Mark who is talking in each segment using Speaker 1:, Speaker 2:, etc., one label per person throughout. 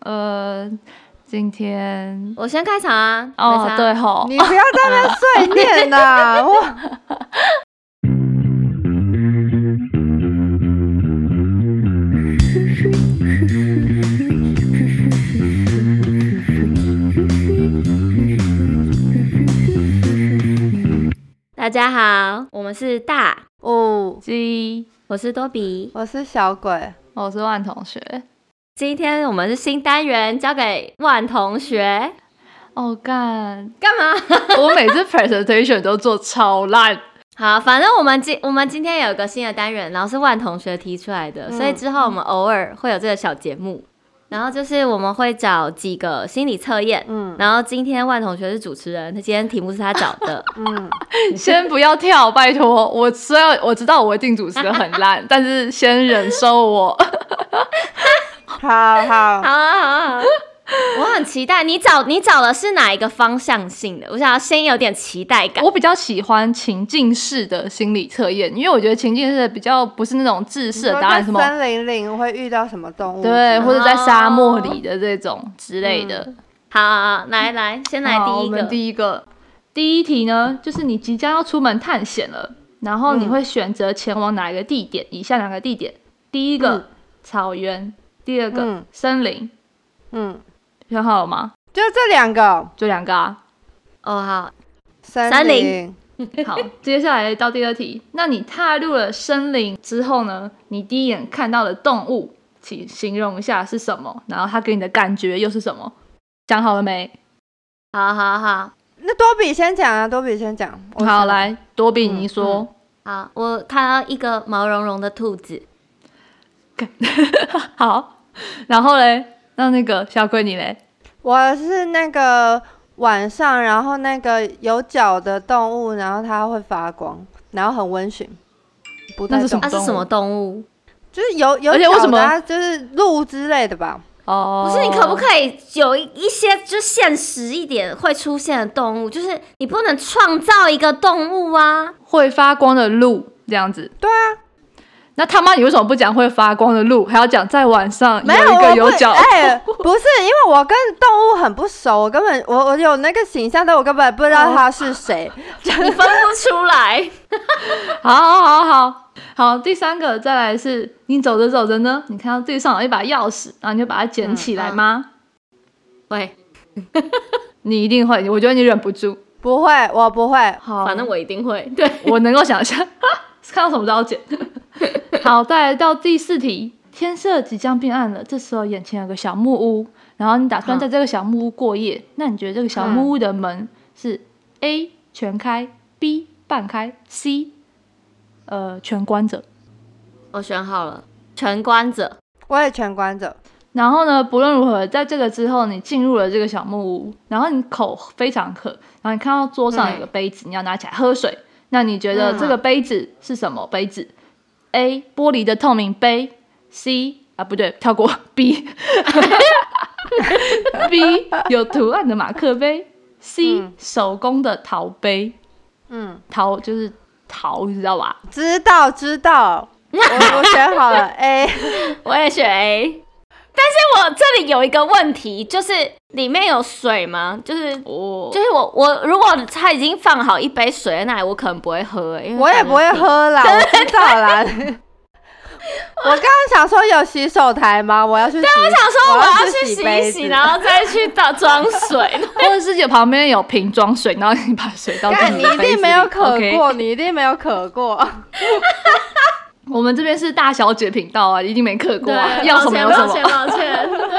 Speaker 1: 呃，今天
Speaker 2: 我先开场啊。
Speaker 1: 哦
Speaker 2: 没，差
Speaker 1: 对，吼，
Speaker 3: 你不要在那边碎念呐、 我
Speaker 2: 大家好，我们是大，
Speaker 3: 哦，
Speaker 1: 鸡，
Speaker 2: 我是多比。
Speaker 3: 我是小鬼，
Speaker 1: 我是万同学。
Speaker 2: 今天我们是新单元，交给万同学。
Speaker 1: 哦 干，
Speaker 2: 干嘛？
Speaker 1: 我每次 presentation 都做超烂。
Speaker 2: 好，反正我们今我们今天有个新的单元，然后是万同学提出来的，所以之后我们偶尔会有这个小节目。然后就是我们会找几个心理测验，
Speaker 3: 嗯
Speaker 2: 然后今天万同学是主持人，他今天题目是他找的，
Speaker 3: 嗯，
Speaker 1: 先不要跳，拜托。我虽然我知道我一定主持的很 烂，但是先忍受我。
Speaker 3: 好好
Speaker 2: 好，啊，好啊，好啊我很期待你找你找的是哪一个方向性的？我想要先有点期待感。
Speaker 1: 我比较喜欢情境式的心理测验，因为我觉得情境式的比较不是那种制式的答案，什
Speaker 3: 你说
Speaker 1: 么
Speaker 3: 在森林里会遇到什么动物？
Speaker 1: 对，或
Speaker 3: 者
Speaker 1: 者在沙
Speaker 3: 哦
Speaker 1: 漠里的这种之类的。
Speaker 2: 好好，好来来，先来
Speaker 1: 好
Speaker 2: 第
Speaker 1: 我
Speaker 2: 一
Speaker 1: 们
Speaker 2: 个。
Speaker 1: 第一个，第一题呢，就是你即将要出门探险了，然后你
Speaker 3: 嗯
Speaker 1: 会选择前往哪一个地点？以下哪个地点？第一个、
Speaker 3: 嗯
Speaker 1: 草原，第二个、
Speaker 3: 嗯
Speaker 1: 森林，
Speaker 3: 嗯，
Speaker 1: 选好了吗？
Speaker 3: 就这两个
Speaker 1: 就两个 啊。
Speaker 2: 哦，好，
Speaker 3: 森
Speaker 2: 森林
Speaker 3: 林
Speaker 1: 好，接下来到第二题，那你踏入了森林之后呢？你第一眼看到的动物，请形容一下是什么？然后它给你的感觉又是什么？想好了没？
Speaker 2: 好好好
Speaker 3: 那多比先讲啊，多比先讲。我
Speaker 1: 好，
Speaker 3: 想，
Speaker 1: 来，多比你
Speaker 3: 嗯
Speaker 1: 说。
Speaker 2: 好，我看到一个毛茸茸的兔子，
Speaker 1: 好，然后嘞，那那个小鬼你嘞，
Speaker 3: 我是那个晚上，然后那个有脚的动物，然后它会发光，然后很温驯。不太
Speaker 1: 那是什
Speaker 3: 懂
Speaker 1: 么
Speaker 2: 它、是什么动物？
Speaker 3: 就是有有
Speaker 1: 而且为
Speaker 3: 脚
Speaker 1: 什么
Speaker 3: 的啊，就是鹿之类的吧？
Speaker 1: 哦，
Speaker 2: 不是你可不可以有一一些就现实一点会出现的动物？就是你不能创造一个动物啊！
Speaker 1: 会发光的鹿这样子？
Speaker 3: 对啊，
Speaker 1: 那他妈你为什么不讲会发光的鹿，还要讲在晚上
Speaker 3: 没有
Speaker 1: 一
Speaker 3: 我
Speaker 1: 个
Speaker 3: 不
Speaker 1: 有脚？
Speaker 3: 哎、不是，因为我跟动物很不熟，我根本我我有那个形象，但我根本不知道它是谁。
Speaker 2: 你分不出来，
Speaker 1: 好好好好好，第三个再来是你走着走着呢，你看到地上有一把钥匙，然后你就把它捡起
Speaker 2: 嗯
Speaker 1: 来吗？
Speaker 2: 喂，
Speaker 1: 你一定会，我觉得你忍不住。
Speaker 3: 不会，我不会。
Speaker 1: 好，
Speaker 2: 反正我一定会。对，
Speaker 1: 我能够想象，看到什么都要剪。好，再来到第四题，天色即将变暗了，这时候眼前有个小木屋，然后你打算在这个小木屋过夜，那你觉得这个小木屋的门是 A 全开，B 半开，C 呃全关着？
Speaker 2: 我选好了，全关着。
Speaker 3: 我也全关着。
Speaker 1: 然后呢，不论如何，在这个之后，你进入了这个小木屋，然后你口非常渴，然后你看到桌上有个杯子，你要拿起来喝水。那你觉
Speaker 3: 嗯
Speaker 1: 得这个杯子是什么杯子、a 玻璃的透明杯，C 啊不对，跳过 B，B 有图案的马克杯，C、
Speaker 3: 嗯
Speaker 1: 手工的陶杯，
Speaker 3: 嗯，
Speaker 1: 陶就是陶，你知道吧？
Speaker 3: 知道知道，我我选好了哎 A。
Speaker 2: 我也选 A。但是我这里有一个问题，就是里面有水吗？就是
Speaker 1: 哦
Speaker 2: 就是我我如果它已经放好一杯水在那里，我可能不会喝、欸因为
Speaker 3: 我也不会
Speaker 2: 感觉挺。
Speaker 3: 喝啦，我知道啦。我刚刚想说有洗手台吗？我要去洗。对，我
Speaker 2: 我想说我要去洗
Speaker 3: 杯
Speaker 2: 一
Speaker 3: 子
Speaker 2: 洗，然后再去 倒装水。
Speaker 1: 或者是有旁边有瓶装水，然后你把水倒进
Speaker 3: 干，
Speaker 1: 你
Speaker 3: 你
Speaker 1: 的
Speaker 3: 一
Speaker 1: 杯子
Speaker 3: 定
Speaker 1: 里
Speaker 3: 没有渴
Speaker 1: OK
Speaker 3: 过，你一定没有渴过。
Speaker 1: 我们这边是大小姐频道啊，一定没嗑过啊，
Speaker 2: 对
Speaker 1: 要什么有什
Speaker 2: 抱歉
Speaker 1: 么。
Speaker 2: 抱歉，抱歉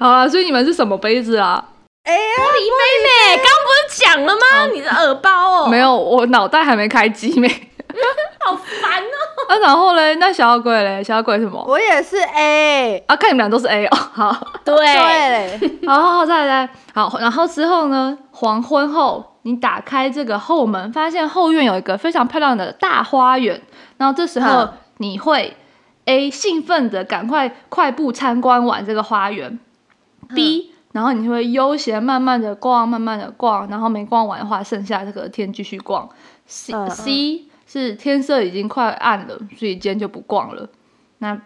Speaker 1: 好啊，所以你们是什么杯子啊？
Speaker 3: 哎呀，
Speaker 2: 李妹妹，刚不是讲了吗？你的耳包哦，
Speaker 1: 没，有，我脑袋还没开机没。
Speaker 2: 好烦哦。
Speaker 1: 啊，然后嘞，那小鬼嘞，小鬼什么？
Speaker 3: 我也是 A。
Speaker 1: 啊，看你们俩都是 A 哦，好，
Speaker 2: 对，
Speaker 3: 对嘞，
Speaker 1: 好好好，再来，再来好，然后之后呢，黄昏后，你打开这个后门，发现后院有一个非常漂亮的大花园，然后这时候
Speaker 3: 嗯
Speaker 1: 你会 A 兴奋的赶快快步参观完这个花园，B，然
Speaker 3: 嗯
Speaker 1: 后你会悠闲慢慢的逛，慢慢的逛，然后没逛完的话，剩下这个天继续逛。C、
Speaker 3: 嗯
Speaker 1: C 是天色已经快暗了，所以今天就不逛了。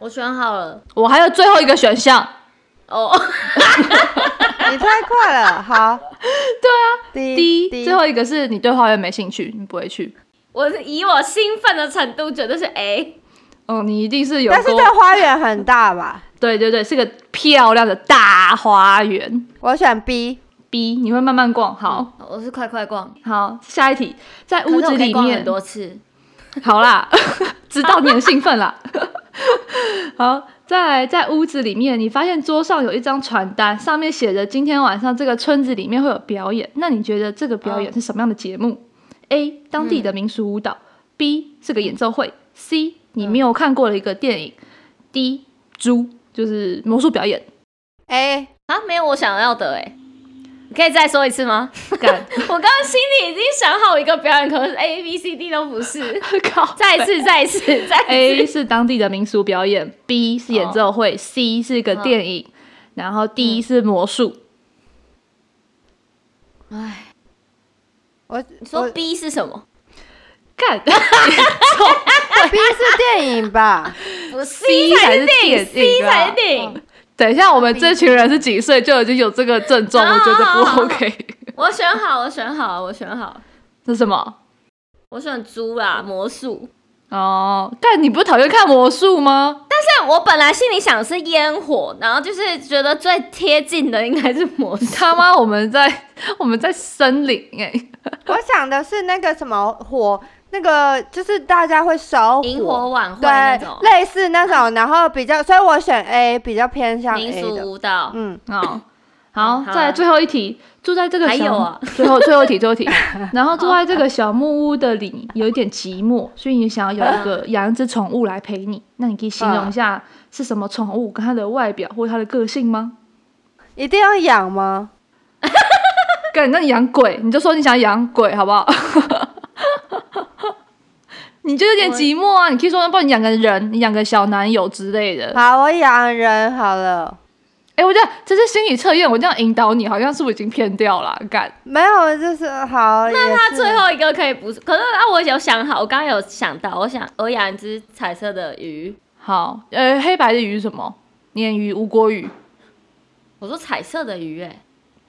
Speaker 2: 我选好了，
Speaker 1: 我还有最后一个选项，
Speaker 2: 哦，
Speaker 3: 你太快了，好，对啊，
Speaker 1: 第
Speaker 3: 第
Speaker 1: 一，最后一个是你对花园没兴趣，你不会去。
Speaker 2: 我是以我兴奋的程度，绝对是 A。
Speaker 1: 哦，你一定是有
Speaker 3: 但是
Speaker 1: 过
Speaker 3: 这，花园很大吧？
Speaker 1: 对对对，是个漂亮的大花园。
Speaker 3: 我选 B，
Speaker 1: B，你会慢慢逛。好，
Speaker 2: 我是快快逛，
Speaker 1: 好，下一题，在
Speaker 2: 嗯可
Speaker 1: 屋
Speaker 2: 是我
Speaker 1: 子
Speaker 2: 可以
Speaker 1: 里
Speaker 2: 逛
Speaker 1: 面
Speaker 2: 很，多次。
Speaker 1: 好啦， 知道你很兴奋啦。 好，再来，在屋子里面，你发现桌上有一张传单，上面写着今天晚上这个村子里面会有表演。那你觉得这个表演是什么样的节目、a 当地的民俗舞蹈、b 是个演奏会；C，你没有看过的一个电影、d 猪就是魔术表演。
Speaker 3: 哎，
Speaker 2: 啊，没有我想要的哎、你可以再说一次吗？
Speaker 1: 干，
Speaker 2: 我刚刚心里已经想好一个表演，可是 A B C D 都不 是。
Speaker 1: 靠！
Speaker 2: 再一次，再 一次，再一
Speaker 1: A
Speaker 2: 次。
Speaker 1: 是当地的民俗表演，B 是演奏会、c 是一
Speaker 2: 嗯
Speaker 1: 个电影，然后 D 是魔术。
Speaker 2: 哎，
Speaker 3: 我
Speaker 2: 你
Speaker 3: 我
Speaker 2: 说 B 是什么？
Speaker 1: 干
Speaker 3: B 是电影吧？
Speaker 2: 不是
Speaker 1: C
Speaker 2: 才
Speaker 1: 才是
Speaker 2: 电影
Speaker 1: 电影
Speaker 2: ，C
Speaker 1: 啊
Speaker 2: 才是电啊影。
Speaker 1: 等一下，我们这群人是几岁就已经有这个症状，
Speaker 2: 哦
Speaker 1: 我觉得不 OK。
Speaker 2: 我选好，我选好，我选好，
Speaker 1: 这是什么？
Speaker 2: 我选猪啦，魔术。
Speaker 1: 哦，但你不是讨厌看魔术吗？
Speaker 2: 但我本来心里想的是烟火，然后就是觉得最贴近的应该是魔术。
Speaker 1: 他妈，我们在我们在森林哎、
Speaker 3: 我想的是那个什么火，那个就是大家会烧
Speaker 2: 萤火晚会那种
Speaker 3: 对，类似那种，然后比较，所以我选 A，比较偏向
Speaker 2: 民
Speaker 3: A
Speaker 2: 俗
Speaker 3: 的。
Speaker 2: 舞蹈。
Speaker 3: 嗯，
Speaker 1: 哦，
Speaker 2: 好
Speaker 1: 好，
Speaker 2: 好
Speaker 1: 再来
Speaker 2: 啊
Speaker 1: 最后一题，住在这个
Speaker 2: 还
Speaker 1: 小
Speaker 2: 有
Speaker 1: 木
Speaker 2: 啊
Speaker 1: 最后最后一题最后 一题，然后住在这个小木屋的里有一点寂寞，所以你想要有一
Speaker 2: 嗯
Speaker 1: 个养一只宠物来陪你，那你可以形容一下是什么宠物，跟它的外表或它的个性吗？
Speaker 3: 一定要养吗？
Speaker 1: 干，那你养鬼，你就说你想养鬼好不好？ 你就有点寂寞啊，你可以说，要不然你养个人，你养个小男友之类的。
Speaker 3: 好，我养人好了。
Speaker 1: 哎、我觉得这是心理测验，我这样引导你，好像是不是已经偏掉了？啊干，
Speaker 3: 没有，就是好。那
Speaker 2: 那最后一个可以不是，可是啊，我有想好，我刚刚有想到，我想我养一只彩色的鱼，
Speaker 1: 好，呃，黑白的鱼是什么？鲶鱼、无锅鱼。
Speaker 2: 我说彩色的鱼、欸，哎，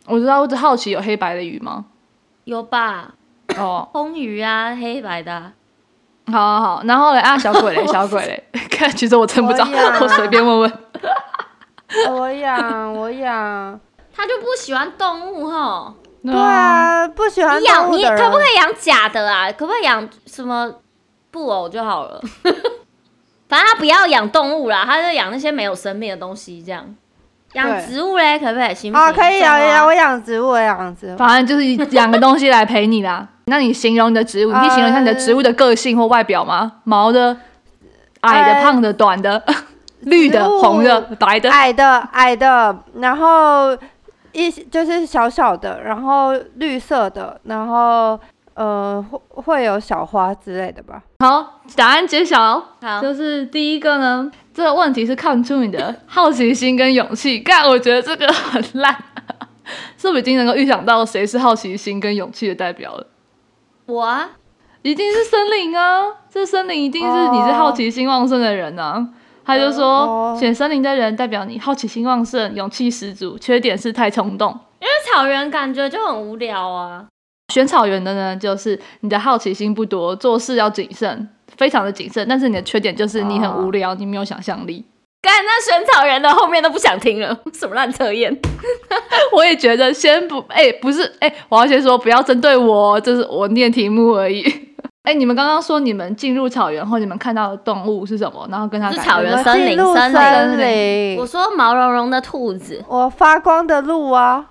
Speaker 1: 我知道，我只好奇有黑白的鱼 吗？
Speaker 2: 有吧？
Speaker 1: 哦，
Speaker 2: 红鱼啊，黑白的啊、
Speaker 1: 好好好，然后嘞啊，小 鬼嘞，小鬼嘞， 看，其实我真不知道
Speaker 3: 我呀，
Speaker 1: 我随便问问。
Speaker 3: 我养，我养。
Speaker 2: 他就不喜欢动物吼。
Speaker 1: 对
Speaker 3: 对，啊，不喜欢
Speaker 2: 你养
Speaker 3: 动物
Speaker 2: 你
Speaker 3: 的人
Speaker 2: 可不可以养假的啊？可不可以养什么布偶就好了？ 反正他不要养动物啦，他就养那些没有生命的东西，这样。养
Speaker 3: 对
Speaker 2: 植物嘞，可不可以？行不行？
Speaker 3: 啊，可以养
Speaker 2: 种啊
Speaker 3: 养，我养植物，我养植物。
Speaker 1: 反正就是养个东西来陪你啦。那你形容你的植
Speaker 3: 呃
Speaker 1: 物，你可以形容一下你的植物的个性或外表吗？毛的、矮的、
Speaker 3: 呃
Speaker 1: 胖的、短的、绿的
Speaker 3: 植、物
Speaker 1: 红的、白的。
Speaker 3: 矮的，矮的，然后一就是小小的，然后绿色的，然后呃会会有小花之类的吧。
Speaker 1: 好，答案揭晓。哦
Speaker 2: 好
Speaker 1: 就是第一个呢，这个问题是看出你的 好奇心跟勇气。但我觉得这个很烂， 是不是已经能够预想到谁是好奇心跟勇气的代表了？
Speaker 2: 我啊，
Speaker 1: 一定是森林啊！这森林一定是你是好奇心旺盛的人啊。他就说，
Speaker 3: 哦
Speaker 1: 选森林的人代表你好奇心旺盛、勇气十足，缺点是太冲动。
Speaker 2: 因为草原感觉就很无聊啊。
Speaker 1: 选草原的呢，就是你的好奇心不多，做事要谨慎，非常的谨慎。但是你的缺点就是你很无聊，你没有想象力。
Speaker 2: 干那选草原的后面都不想听了， 什么烂测验？
Speaker 1: 我也觉得先不，哎、不是，哎、我要先说不要针对我哦，这是我念题目而已。 哎、你们刚刚说你们进入草原后，你们看到的动物是什么？然后跟它
Speaker 2: 是
Speaker 1: 感
Speaker 2: 草
Speaker 1: 觉
Speaker 2: 原
Speaker 3: 我
Speaker 2: 森林
Speaker 3: 进入
Speaker 2: 森林
Speaker 3: 森
Speaker 2: 我
Speaker 3: 林，
Speaker 2: 说毛茸茸的兔子，
Speaker 3: 我发光的路啊，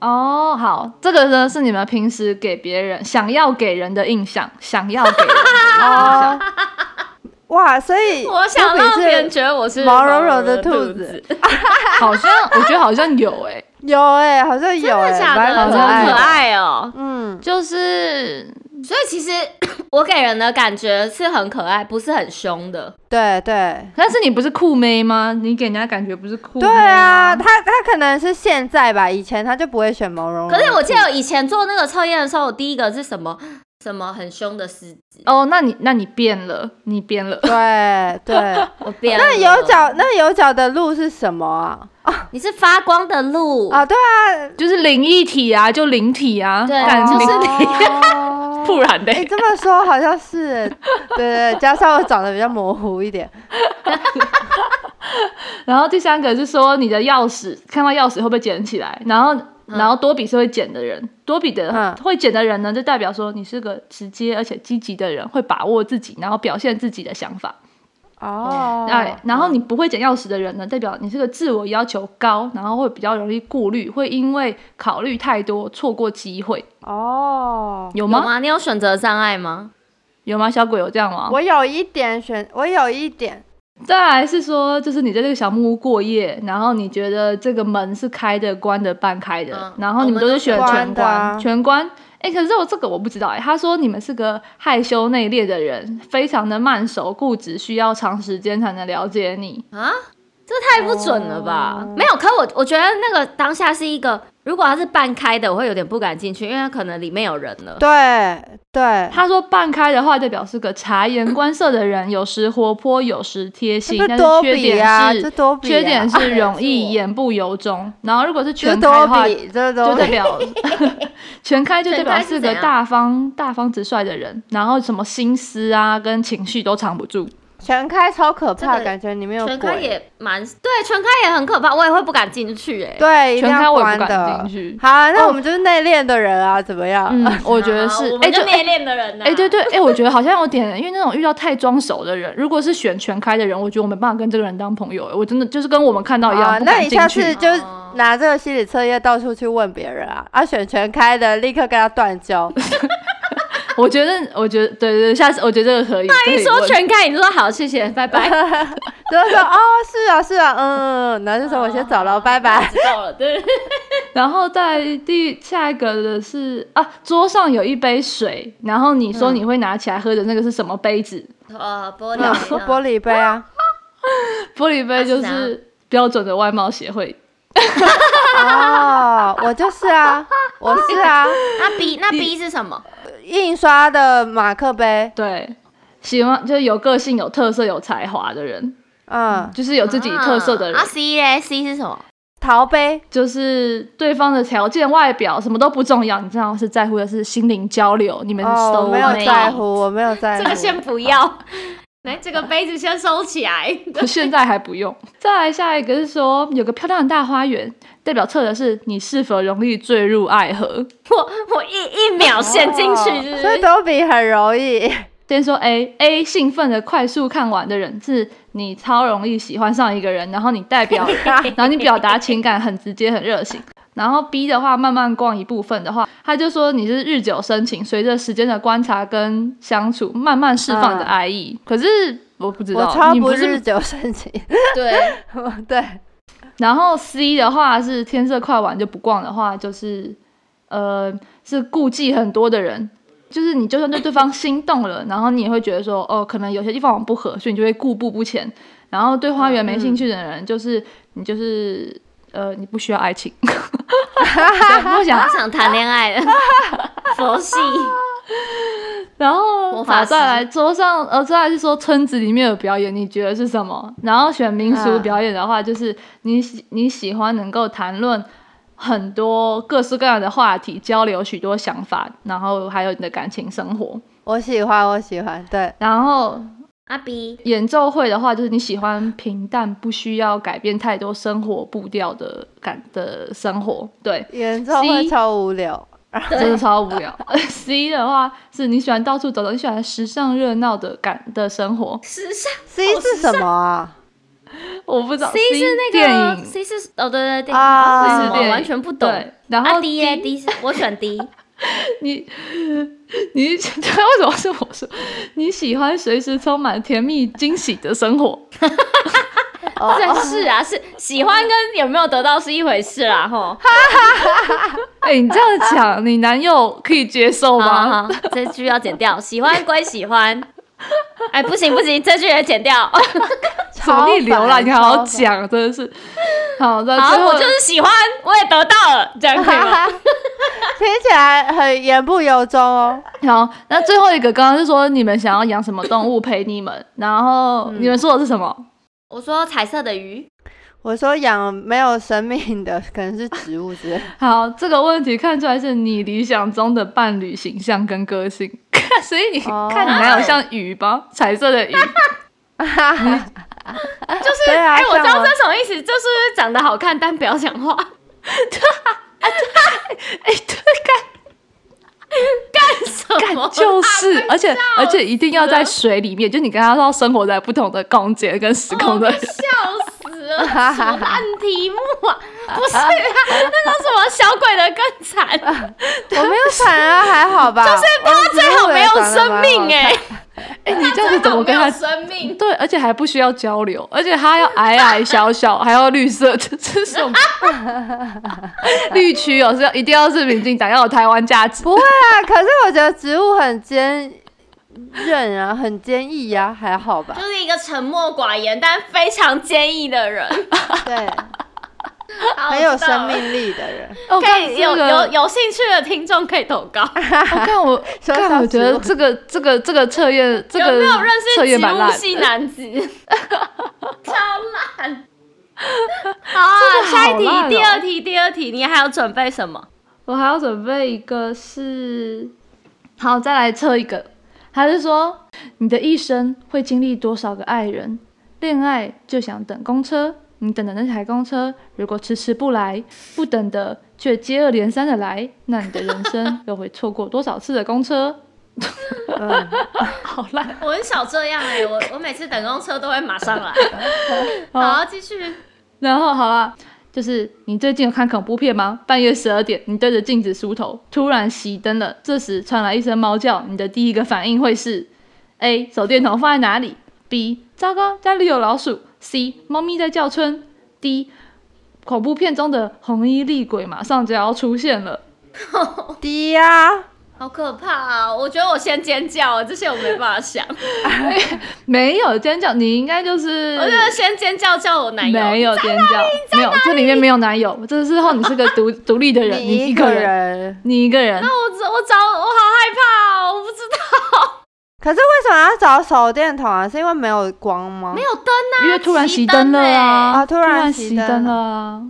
Speaker 1: 哦，好，这个呢是你们平时给别人想要给人的印象，想要给人的印象
Speaker 3: 哦，哇，所以
Speaker 2: 我想让别人
Speaker 3: 是
Speaker 2: 觉得我是
Speaker 3: 毛茸
Speaker 2: 茸
Speaker 3: 茸
Speaker 2: 的
Speaker 3: 的兔
Speaker 2: 子
Speaker 3: 子，，
Speaker 1: 好像我觉得好像有哎、
Speaker 3: 有哎、好像有
Speaker 2: 真
Speaker 3: 哎、
Speaker 2: 的假
Speaker 3: 蛮
Speaker 2: 的？
Speaker 1: 可
Speaker 2: 这
Speaker 1: 爱
Speaker 2: 么
Speaker 1: 的
Speaker 2: 可
Speaker 3: 的
Speaker 2: 爱哦、
Speaker 3: 嗯，
Speaker 1: 就是
Speaker 2: 所以其实我给人的感觉是很可爱，不是很凶的。
Speaker 3: 对对。
Speaker 1: 但是你不是酷妹吗？你给人家感觉不是
Speaker 2: 嗯
Speaker 1: 酷妹
Speaker 3: 对啊，他他可能是现在吧，以前他就不会选毛茸茸的
Speaker 2: 可
Speaker 3: 兔子。
Speaker 2: 是我记得我以前做那个测验的时候，我第一个是什么什么很凶的狮子，
Speaker 1: 哦，那你那你变了，你变了。
Speaker 3: 对对，
Speaker 2: 我变了。
Speaker 3: 那有角那有角的路是什么啊？啊，
Speaker 2: 你是发光的路
Speaker 3: 啊，对啊，
Speaker 1: 就是灵异体啊，就灵体啊，
Speaker 2: 对
Speaker 1: 干
Speaker 2: 就是
Speaker 1: 灵
Speaker 2: 你
Speaker 3: 哦
Speaker 1: 不然的、
Speaker 3: 你这么说好像是，对对，对加上我长得比较模糊一点，
Speaker 1: 然后第三个是说你的钥匙，看到钥匙会不会捡起来？然后，然后多比是会捡的人，多比的、
Speaker 3: 嗯
Speaker 1: 会捡的人呢，就代表说你是个直接而且积极的人，会把握自己，然后表现自己的想法。
Speaker 3: 哦，
Speaker 1: 哎，然后你不会捡钥匙的人呢，代表你是个自我要求高，然后会比较容易顾虑，会因为考虑太多错过机会，
Speaker 3: 哦，
Speaker 1: 有
Speaker 2: 有
Speaker 1: 吗？
Speaker 2: 吗？你有选择障碍吗？
Speaker 1: 有吗？小鬼有这样吗？
Speaker 3: 我有一点选，我有一点，
Speaker 1: 再来是说，就是你在这个小木屋过夜，然后你觉得这个门是开的、关的、半开的，
Speaker 2: 嗯
Speaker 1: 然后你们都是选
Speaker 3: 我们都
Speaker 1: 全
Speaker 3: 是关的啊
Speaker 1: 关，全关。哎、可是我这个我不知道哎、他说你们是个害羞内敛的人，非常的慢熟、固执，需要长时间才能了解你。
Speaker 2: 啊，这太不准了吧？
Speaker 3: 哦
Speaker 2: 没有，可我我觉得那个当下是一个，如果它是半开的，我会有点不敢进去，因为它可能里面有人了。
Speaker 3: 对对，
Speaker 1: 他说半开的话，代表是个察言观色的人，有时活泼，有时贴心，
Speaker 3: 这
Speaker 1: 但
Speaker 3: 不
Speaker 1: 是
Speaker 3: 多
Speaker 1: 缺
Speaker 3: 比
Speaker 1: 点
Speaker 3: 啊，
Speaker 1: 是、
Speaker 3: 这多比啊，
Speaker 1: 缺点是容
Speaker 2: 是我
Speaker 1: 易言不由衷。然后如果是
Speaker 3: 这
Speaker 1: 全开
Speaker 3: 多
Speaker 1: 的话，
Speaker 3: 比，啊这
Speaker 1: 就
Speaker 3: 多
Speaker 1: 代
Speaker 3: 比，
Speaker 1: 表全开就代表是
Speaker 2: 全开是怎
Speaker 1: 个
Speaker 2: 样
Speaker 1: 大方大方直率的人，然后什么心思啊跟情绪都藏不住。
Speaker 3: 全开超可
Speaker 2: 这
Speaker 3: 怕，
Speaker 2: 个
Speaker 3: 感觉里面有
Speaker 2: 全开
Speaker 3: 鬼，
Speaker 2: 也蛮对，全开也很可怕，我也会不敢进去哎、
Speaker 3: 对，一定
Speaker 1: 全开
Speaker 3: 要
Speaker 1: 我也
Speaker 3: 关
Speaker 1: 不敢
Speaker 3: 的
Speaker 1: 进。去。
Speaker 3: 好啊，那
Speaker 1: 哦
Speaker 3: 我们就是内敛的人啊，怎么样？
Speaker 1: 嗯， 我觉得是
Speaker 2: 啊我。
Speaker 1: 哎，
Speaker 2: 们
Speaker 1: 就
Speaker 2: 就内敛的人啊呢、
Speaker 1: 哎，对，对，哎，我觉得好像有点，因为那种遇到太装熟的人，如果是选全开的人，我觉得我没办法跟这个人当朋友。哎我真的就是跟我们看到一
Speaker 3: 啊
Speaker 1: 样，，不
Speaker 3: 那
Speaker 1: 敢
Speaker 3: 你
Speaker 1: 进
Speaker 3: 下次
Speaker 1: 去。
Speaker 3: 就
Speaker 2: 哦
Speaker 3: 拿这个心理测验到处去问别人啊，啊，选全开的立刻跟他断交。
Speaker 1: 我觉得，我觉得，对对对，下次我觉得这个可以。
Speaker 2: 一
Speaker 1: 可以
Speaker 2: 说
Speaker 1: 问
Speaker 2: 全开，你就说好，谢谢，拜拜。
Speaker 3: 然后说哦，是啊，是啊，嗯，嗯嗯，然后就说我先走了，拜拜。
Speaker 2: 知道了，对。
Speaker 1: 然后在第下一个的是啊，桌上有一杯水，然后你说你会拿起来喝的那个是什么杯子？
Speaker 2: 呃，玻
Speaker 3: 嗯，
Speaker 2: 璃，
Speaker 3: 玻璃杯啊，
Speaker 1: 玻璃杯就
Speaker 2: 啊是
Speaker 1: 是标准的外貌协会。
Speaker 3: 哦，我就是啊，我是啊，
Speaker 2: 那 B 那 B 是什么？
Speaker 3: 印刷的马克杯，
Speaker 1: 对，喜欢就是有个性、有特色、有才华的人，
Speaker 3: 嗯，
Speaker 1: 就是有自己特色的人，
Speaker 2: 啊啊 C 嘞？C 是什么？
Speaker 3: 陶杯，
Speaker 1: 就是对方的条件、外表什么都不重要，你知道是在乎的是心灵交流，你们
Speaker 3: 哦，我
Speaker 1: 都
Speaker 3: 没有
Speaker 2: 没
Speaker 3: 在
Speaker 2: 有
Speaker 3: 乎，我没有在乎。
Speaker 2: 这个先不要， 来，这个杯子先收起来。
Speaker 1: 现在还不用。再来下一个是说有个漂亮的大花园，代表测的是你是否容易坠入爱河。
Speaker 2: 我我一一秒陷进去，是不
Speaker 3: 哦
Speaker 2: 是
Speaker 3: 所以多比很容易。
Speaker 1: 先说 A A 兴奋的快速看完的人，是你超容易喜欢上一个人，然后你代 表，然后你表达情感很直接很热情。然后 B 的话，慢慢逛一部分的话，他就说你是日久生情，随着时间的观察跟相处，慢慢释放的爱意。可是我不知
Speaker 3: 嗯我
Speaker 1: 道，
Speaker 3: 超
Speaker 1: 你
Speaker 3: 不
Speaker 1: 不
Speaker 3: 日
Speaker 1: 是。
Speaker 3: 久生情，
Speaker 2: 对，
Speaker 3: 对，
Speaker 1: 然后 C 的话是天色快晚就不逛的话，就是呃是顾忌很多的人。就是你就算对对方心动了，然后你也会觉得说，哦，可能有些地方我们不合，所以你就会固步不前。然后对花园没兴趣的人，就是、你就是呃，你不需要爱情， 对不想
Speaker 2: 他。想谈恋爱 了，佛系。
Speaker 1: 然后
Speaker 2: 魔法
Speaker 1: 好，
Speaker 2: 师
Speaker 1: 再来桌上，呃，再来是说村子里面有表演，你觉得是什么？然后选民俗
Speaker 3: 嗯
Speaker 1: 表演的话，就是你喜你喜欢能够谈论很多各式各样的话题，交流许多想法，然后还有你的感情生活。
Speaker 3: 我喜欢，我喜欢，对，
Speaker 1: 然后
Speaker 2: 阿啊 B
Speaker 1: 演奏会的话，就是你喜欢平淡，不需要改变太多生活步调的感的生活，对。
Speaker 3: 演奏会
Speaker 1: C
Speaker 3: 超无聊。
Speaker 1: 真的超无聊。C 的话是你喜欢到处走走，你喜欢时尚热闹的感的生活。
Speaker 2: 时尚
Speaker 3: C 是什么啊？
Speaker 1: 我不知道
Speaker 2: C 是那
Speaker 1: 电
Speaker 2: 个
Speaker 1: 影
Speaker 2: C 是哦，对对对，
Speaker 3: 啊
Speaker 2: 为什
Speaker 1: 是
Speaker 2: 么
Speaker 1: 电
Speaker 2: 我
Speaker 1: 影
Speaker 2: 完全不懂？
Speaker 1: 对然
Speaker 2: 啊
Speaker 1: 后
Speaker 2: D 耶 D 是我选 D，
Speaker 1: 你 你 为什么是我说？你喜欢随时充满甜蜜惊喜的生活？
Speaker 3: 哦
Speaker 2: 但 是啊，是喜欢跟有没有得到是一回事啦，吼。
Speaker 1: 哎、你这样讲，你男友可以接受
Speaker 2: 好
Speaker 1: 吗？
Speaker 2: 好，这句要剪掉。喜欢归喜欢， 哎，不行不行，这句也 剪掉。
Speaker 1: 什么逆流啦？
Speaker 3: 超烦
Speaker 1: 你好好
Speaker 3: 超烦
Speaker 1: 讲，真的是。 好的，
Speaker 2: 好，
Speaker 1: 最后
Speaker 2: 我就是喜欢，我也得到了，这样可以 吗？
Speaker 3: 听起来很言不由衷哦。
Speaker 1: 好，那最后一个刚刚是说你们想要
Speaker 2: 嗯
Speaker 1: 养什么动物陪你们，然后你们说的是什么？
Speaker 2: 我说彩色的鱼，
Speaker 3: 我说养没有生命的，可能是植物之类的。
Speaker 1: 好，这个问题看出来是你理想中的伴侣形象跟个性， 所以你
Speaker 3: 哦
Speaker 1: 看你男友像鱼吧，彩色的鱼，
Speaker 2: 就是
Speaker 3: 对啊
Speaker 2: 哎、我知
Speaker 3: 像
Speaker 2: 道
Speaker 3: 我
Speaker 2: 这什么意思，就是长得好看但不要讲 话。
Speaker 1: 哎，对，干
Speaker 2: 什么？
Speaker 1: 就是， 而且而且一定要在
Speaker 2: 了
Speaker 1: 水里面，就你跟他要生活在不同的空间跟时空的
Speaker 2: 我被哦笑死 了，什么烂题目啊！不是啊，那个什么小鬼的更惨， 就
Speaker 3: 我没有惨啊，还好吧。就是
Speaker 2: 他最 好没有生命哎、
Speaker 1: 哎、你这样子怎么跟
Speaker 2: 他
Speaker 1: 他
Speaker 2: 最？好没有生命？
Speaker 1: 对，而且还不需要交流，而且他要矮矮小小，还要绿色，这是什么？ 绿区哦，是要一定要是民进党，要有台湾价值。
Speaker 3: 不会啊，可是我觉得植物很坚韧啊，很坚毅啊，还好 吧
Speaker 2: 就？是一个沉默寡言但非常坚毅 的人，
Speaker 3: 对，
Speaker 2: 好
Speaker 3: 很有
Speaker 2: 我知道
Speaker 3: 生
Speaker 2: 了。
Speaker 3: 命力的人。
Speaker 1: 哦，
Speaker 2: 可
Speaker 1: 看
Speaker 2: 以
Speaker 1: 这
Speaker 2: 有有
Speaker 1: 个，
Speaker 2: 有兴趣的听众可以投稿，
Speaker 1: 我看我，
Speaker 3: 小小
Speaker 1: 看我觉得
Speaker 3: 植物
Speaker 1: 这个这个这个测验， 这
Speaker 2: 有没
Speaker 1: 个
Speaker 2: 有认
Speaker 1: 测
Speaker 2: 识
Speaker 1: 验
Speaker 2: 植
Speaker 1: 蛮
Speaker 2: 物
Speaker 1: 烂。
Speaker 2: 系男子？ 超 烂！好啊，
Speaker 1: 这个好
Speaker 2: 下一题
Speaker 1: 烂哦，
Speaker 2: 第二题，第二题，你还有准备什么？
Speaker 1: 我还要准备一个是，好，再来测一个，还是说你的一生会经历多少个爱人？恋爱就想等公车，你等的那台公车如果迟迟不来，不等的却接二连三的来，那你的人生又会错过多少次的公车？
Speaker 3: 嗯，
Speaker 1: 好烂，
Speaker 2: 我很少这样哎、我我每次等公车都会马上来。好，继续。
Speaker 1: 然后好了，就是你最近有看恐怖片吗？半夜十二点，你对着镜子梳头，突然熄灯了，这时传来一声猫叫，你的第一个反应会是：A. 手电筒放在哪里？B. 糟糕，家里有老鼠；C. 猫咪在叫春；D. 恐怖片中的红衣厉鬼马上就要出现了。
Speaker 3: 低呀、
Speaker 2: 好可怕啊！我觉得我先尖叫了，这些我没办法想。我
Speaker 1: 没有尖叫，你应该就是
Speaker 2: 觉得先尖叫叫我男友。
Speaker 1: 没有尖叫，没有，这里面没有男友，这是后你是个独独立的人，啊你
Speaker 3: 你
Speaker 1: 一
Speaker 3: 一个
Speaker 1: 个人，
Speaker 3: 人。
Speaker 1: 你一个人。
Speaker 2: 那我只我找我好害怕哦，我不知道。
Speaker 3: 可是为什么要找手电筒啊？是因为没有光吗？
Speaker 2: 没有灯啊，
Speaker 1: 因为突然熄灯了啊！
Speaker 3: 啊突然
Speaker 1: 熄
Speaker 3: 熄
Speaker 1: 灯
Speaker 3: 灯
Speaker 1: 了
Speaker 3: 了
Speaker 1: 啊！对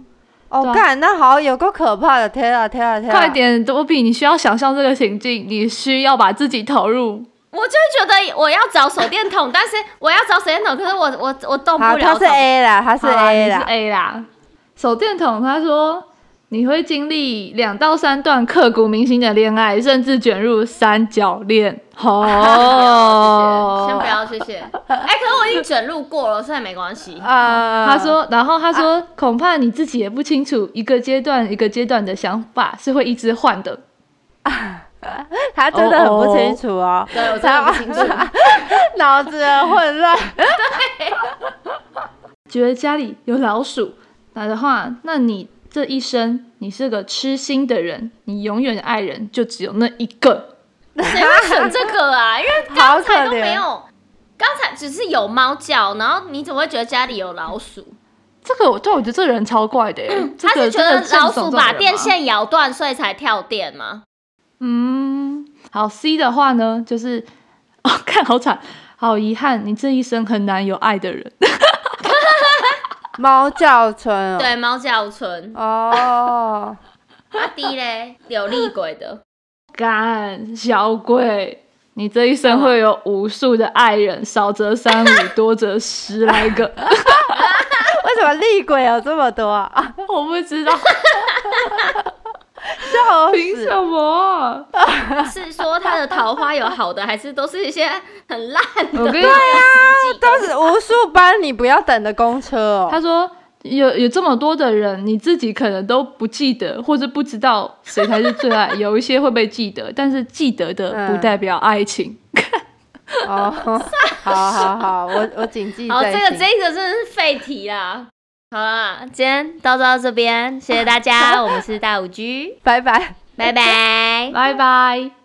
Speaker 3: 哦，
Speaker 1: 啊
Speaker 3: 干、那好，有够可怕的！天啊，天啊，天啊！
Speaker 1: 快！点，多比，你需要想象这个情境，你需要把自己投入。
Speaker 2: 我就觉得我要找手电筒，但是我要找手电筒，可是我我我动不
Speaker 3: 好，
Speaker 2: 了啊
Speaker 3: 他
Speaker 2: 手
Speaker 3: 是。A 啦，他是
Speaker 1: 好啦
Speaker 3: A
Speaker 1: 你
Speaker 3: 啦
Speaker 1: 是。A 啦。手电筒他说你会经历两到三段刻骨铭心的恋爱，甚至卷入三角恋。
Speaker 3: 啊
Speaker 1: 哦，
Speaker 2: 先不要，谢谢。哎、可是我已经卷入过了，所以没关系。 呃
Speaker 3: 啊、
Speaker 1: 他说，然后他说，恐怕你自己也不清楚，一个阶段一个阶段的想法是会一直换的。
Speaker 3: 他真的很不清楚哦，
Speaker 2: 对，我真的不清楚。
Speaker 3: 脑子很 混乱。
Speaker 1: 觉得家里有老鼠，那的话，那你这一生你是个痴心的人，你永远的爱人就只有那一个。
Speaker 2: 谁会选这个 啊？因为
Speaker 3: 好
Speaker 2: 刚
Speaker 3: 可
Speaker 2: 才都没
Speaker 3: 怜，
Speaker 2: 有，刚才只是有猫叫，然后你怎么会觉得家里有老鼠？
Speaker 1: 这个我对我觉得这个人超怪的耶、这
Speaker 2: 嗯他
Speaker 1: 个
Speaker 2: 是觉得老鼠
Speaker 1: 把
Speaker 2: 把电，线咬断，所以才跳电吗？
Speaker 1: 嗯，好 C 的话呢，就是 哦，看好惨，好遗憾，你这一生很难有爱的人。
Speaker 3: 猫叫
Speaker 1: 嗯
Speaker 3: 春哦。
Speaker 2: 对，猫叫村。
Speaker 3: 哦，
Speaker 2: 阿弟嘞，有厉鬼的，
Speaker 1: 干小鬼，你这一生会有无数的爱人，少则三五，多则十来个，
Speaker 3: 为什么厉鬼有这么多 啊？
Speaker 1: 我不知道
Speaker 3: 笑
Speaker 1: 凭
Speaker 3: 死！
Speaker 1: 什么啊、
Speaker 2: 是说他的桃花有好的，还是都是一些很烂
Speaker 1: 我
Speaker 2: 的？
Speaker 1: 跟你
Speaker 3: 都是无数班你不要等的公车哦。
Speaker 1: 他说有有这么多的人，你自己可能都不记得，或者不知道谁才是最爱， 有一些会被记得，但是记得的不
Speaker 3: 嗯
Speaker 1: 代表爱情。
Speaker 3: 哦，好好好，我我谨记
Speaker 2: 好，
Speaker 3: 在
Speaker 2: 这
Speaker 3: 心。
Speaker 2: 个这个真的是废题啦。好啦，今天到 到这边，谢谢大家，我们是大五 G，
Speaker 3: 拜拜。
Speaker 2: 拜拜。
Speaker 1: 拜拜。